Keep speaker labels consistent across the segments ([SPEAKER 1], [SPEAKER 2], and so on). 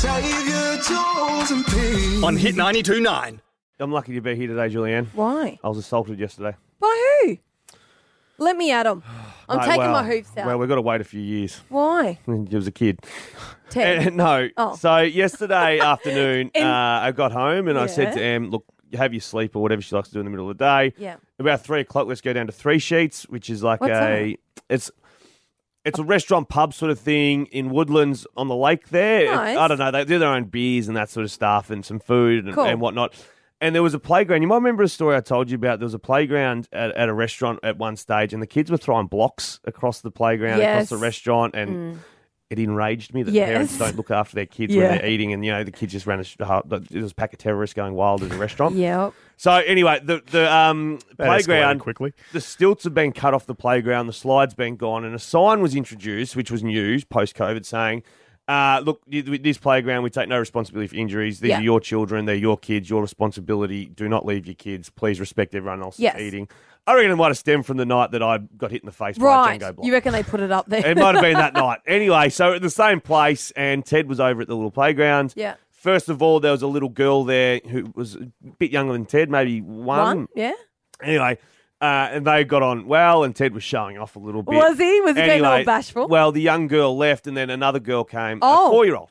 [SPEAKER 1] Savior joys and pain.
[SPEAKER 2] on Hit 92.9.
[SPEAKER 3] I'm lucky to be here today, Julianne.
[SPEAKER 4] Why?
[SPEAKER 3] I was assaulted yesterday.
[SPEAKER 4] By who? Let me at them. I'm
[SPEAKER 3] Mate,
[SPEAKER 4] taking
[SPEAKER 3] well-
[SPEAKER 4] my hoops out.
[SPEAKER 3] Well, we've got to wait a few years.
[SPEAKER 4] Why?
[SPEAKER 3] When I was a kid. Eh,
[SPEAKER 4] Ted.
[SPEAKER 3] no.
[SPEAKER 4] Oh.
[SPEAKER 3] So yesterday afternoon,
[SPEAKER 4] And-
[SPEAKER 3] uh, I got home and I said
[SPEAKER 4] Yeah.
[SPEAKER 3] to Em, look, have your sleep or whatever she likes to do in the middle of the day.
[SPEAKER 4] Yeah.
[SPEAKER 3] About three o'clock, let's go down to Three Sheets, which is like
[SPEAKER 4] What's
[SPEAKER 3] a it's it's a restaurant pub sort of thing in Woodlands on the lake there. It-
[SPEAKER 4] Nice.
[SPEAKER 3] I don't know. They do their own beers and that sort of stuff and some food and,
[SPEAKER 4] Cool.
[SPEAKER 3] and whatnot. And there was a playground. You might remember a story I told you about. There was a playground at, at a restaurant at one stage, and the kids were throwing blocks across the playground, across the
[SPEAKER 4] Yes. Mm.
[SPEAKER 3] restaurant, and it enraged me that parents
[SPEAKER 4] Yes.
[SPEAKER 3] don't look after their kids
[SPEAKER 4] Yeah.
[SPEAKER 3] when they're eating, and you know the kids just ran. A, sh- it was a pack of terrorists going wild in a restaurant.
[SPEAKER 4] Yep.
[SPEAKER 3] So anyway, the the um,
[SPEAKER 5] That escalated
[SPEAKER 3] playground
[SPEAKER 5] quickly.
[SPEAKER 3] The stilts have been cut off the playground. The slides been gone, and a sign was introduced, which was news post COVID, saying. Uh, look, y- with this playground, we take no responsibility for injuries. These
[SPEAKER 4] Yeah.
[SPEAKER 3] are your children. They're your kids. Your responsibility. Do not leave your kids. Please respect everyone else's
[SPEAKER 4] Yes.
[SPEAKER 3] eating. I reckon it might have stemmed from the night that I got hit in the face
[SPEAKER 4] Right.
[SPEAKER 3] by a Django block.
[SPEAKER 4] You reckon they put it up there?
[SPEAKER 3] It might have been that night. Anyway, so at the same place, and Ted was over at the little playground.
[SPEAKER 4] Yeah.
[SPEAKER 3] First of all, there was a little girl there who was a bit younger than Ted, maybe one.
[SPEAKER 4] One? Yeah.
[SPEAKER 3] Anyway, uh, and they got on well, and Ted was showing off a little bit.
[SPEAKER 4] Was he? Was he being all bashful?
[SPEAKER 3] Well, the young girl left, and then another girl came, a
[SPEAKER 4] Oh.
[SPEAKER 3] four year old.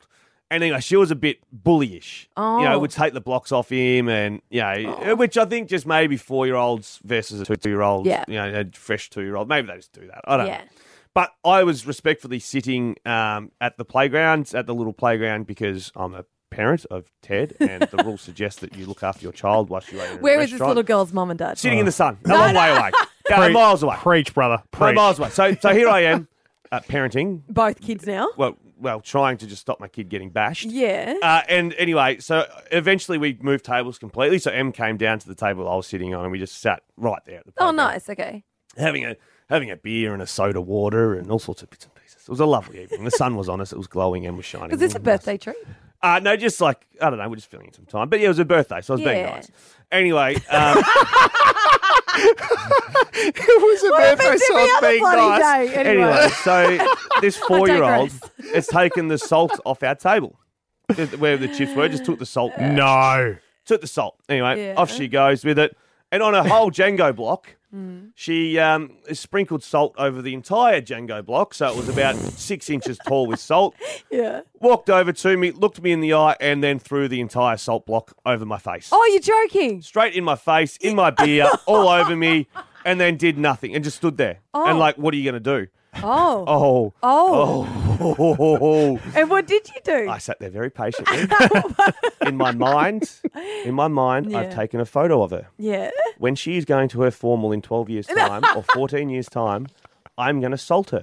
[SPEAKER 3] And anyway, she was a bit bullyish. You know,
[SPEAKER 4] Oh.
[SPEAKER 3] would take the blocks off him, and you know, which I think just maybe four year olds versus a two year old,
[SPEAKER 4] Yeah.
[SPEAKER 3] you know, a fresh two year old. Maybe they just do that. I don't
[SPEAKER 4] Yeah.
[SPEAKER 3] know. But I was respectfully sitting um, at the playground, at the little playground, because I'm a parent of Ted, and the rules suggest that you look after your child whilst you're in a
[SPEAKER 4] Where is this
[SPEAKER 3] restaurant.
[SPEAKER 4] little girl's mum and dad?
[SPEAKER 3] Sitting in the sun, a long way away, Yeah,
[SPEAKER 5] Preach-
[SPEAKER 3] miles away,
[SPEAKER 5] Preach, brother.
[SPEAKER 3] No,
[SPEAKER 5] Preach.
[SPEAKER 3] miles away. So, so here I am, uh, parenting.
[SPEAKER 4] Both kids now?
[SPEAKER 3] Well, well, trying to just stop my kid getting bashed.
[SPEAKER 4] Yeah.
[SPEAKER 3] Uh, and anyway, so eventually we moved tables completely. So M came down to the table I was sitting on, and we just sat right there. At the
[SPEAKER 4] Oh,
[SPEAKER 3] playground
[SPEAKER 4] nice. Okay.
[SPEAKER 3] having a having a beer and a soda water and all sorts of bits and pieces. It was a lovely evening. The sun was on us. It was glowing and was shining.
[SPEAKER 4] Is this a
[SPEAKER 3] It was nice.
[SPEAKER 4] birthday treat?
[SPEAKER 3] Uh, no, just like I don't know. We're just filling in some time. But yeah, it was a birthday, so I was being
[SPEAKER 4] Yeah.
[SPEAKER 3] nice. Anyway, um,
[SPEAKER 5] It was a
[SPEAKER 4] What if it's
[SPEAKER 5] so I
[SPEAKER 4] every
[SPEAKER 5] was
[SPEAKER 4] other
[SPEAKER 5] being
[SPEAKER 4] bloody
[SPEAKER 5] nice.
[SPEAKER 4] day? Anyway.
[SPEAKER 3] anyway, so this four-year-old has taken the salt off our table. Just Where the chips were, just took the salt.
[SPEAKER 5] No.
[SPEAKER 3] Took the salt. Anyway,
[SPEAKER 4] Yeah.
[SPEAKER 3] off she goes with it. And on a whole Django block,
[SPEAKER 4] Mm.
[SPEAKER 3] she um, sprinkled salt over the entire Django block. So it was about six inches tall with salt.
[SPEAKER 4] Yeah.
[SPEAKER 3] walked over to me, looked me in the eye, and then threw the entire salt block over my face.
[SPEAKER 4] Oh, you're joking.
[SPEAKER 3] Straight in my face, in my beer, all over me, and then did nothing and just stood there. And,
[SPEAKER 4] Oh.
[SPEAKER 3] like, what are you going to do?
[SPEAKER 4] Oh. Oh.
[SPEAKER 3] Oh. Oh.
[SPEAKER 4] And what did you do?
[SPEAKER 3] I sat there very patiently. in my mind, in my mind, I've
[SPEAKER 4] Yeah.
[SPEAKER 3] taken a photo of her.
[SPEAKER 4] Yeah.
[SPEAKER 3] When she is going to her formal in 12 years' time or 14 years' time, I'm going to salt her.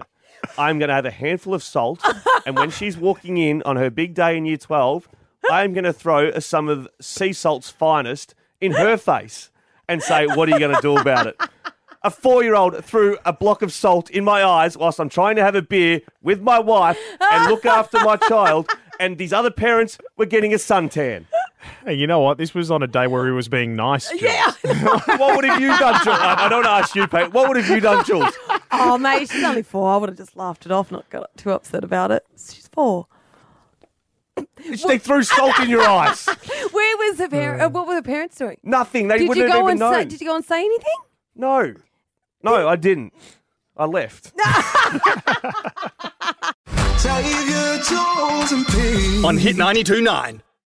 [SPEAKER 3] I'm going to have a handful of salt. And when she's walking in on her big day in year 12, I'm going to throw some of sea salt's finest in her face and say, What are you going to do about it? A four year old threw a block of salt in my eyes whilst I'm trying to have a beer with my wife and look after my child. And these other parents were getting a suntan.
[SPEAKER 5] Hey, you know what? This was on a day where he was being nice. Jules.
[SPEAKER 4] Yeah.
[SPEAKER 3] What would have you done, Jules? I I don't want to ask you, Pete. What would have you done, Jules?
[SPEAKER 4] Oh, mate, she's only four. I would have just laughed it off, not got too upset about it. She's four.
[SPEAKER 3] They threw salt in your eyes.
[SPEAKER 4] Where was her parents? what were the parents doing?
[SPEAKER 3] Nothing. Uh. They
[SPEAKER 4] Did you
[SPEAKER 3] wouldn't have
[SPEAKER 4] go
[SPEAKER 3] even
[SPEAKER 4] and
[SPEAKER 3] known.
[SPEAKER 4] say? Did you go and say anything?
[SPEAKER 3] No. No, I didn't. I left.
[SPEAKER 1] Savior joys and pain.
[SPEAKER 2] On Hit 92.9.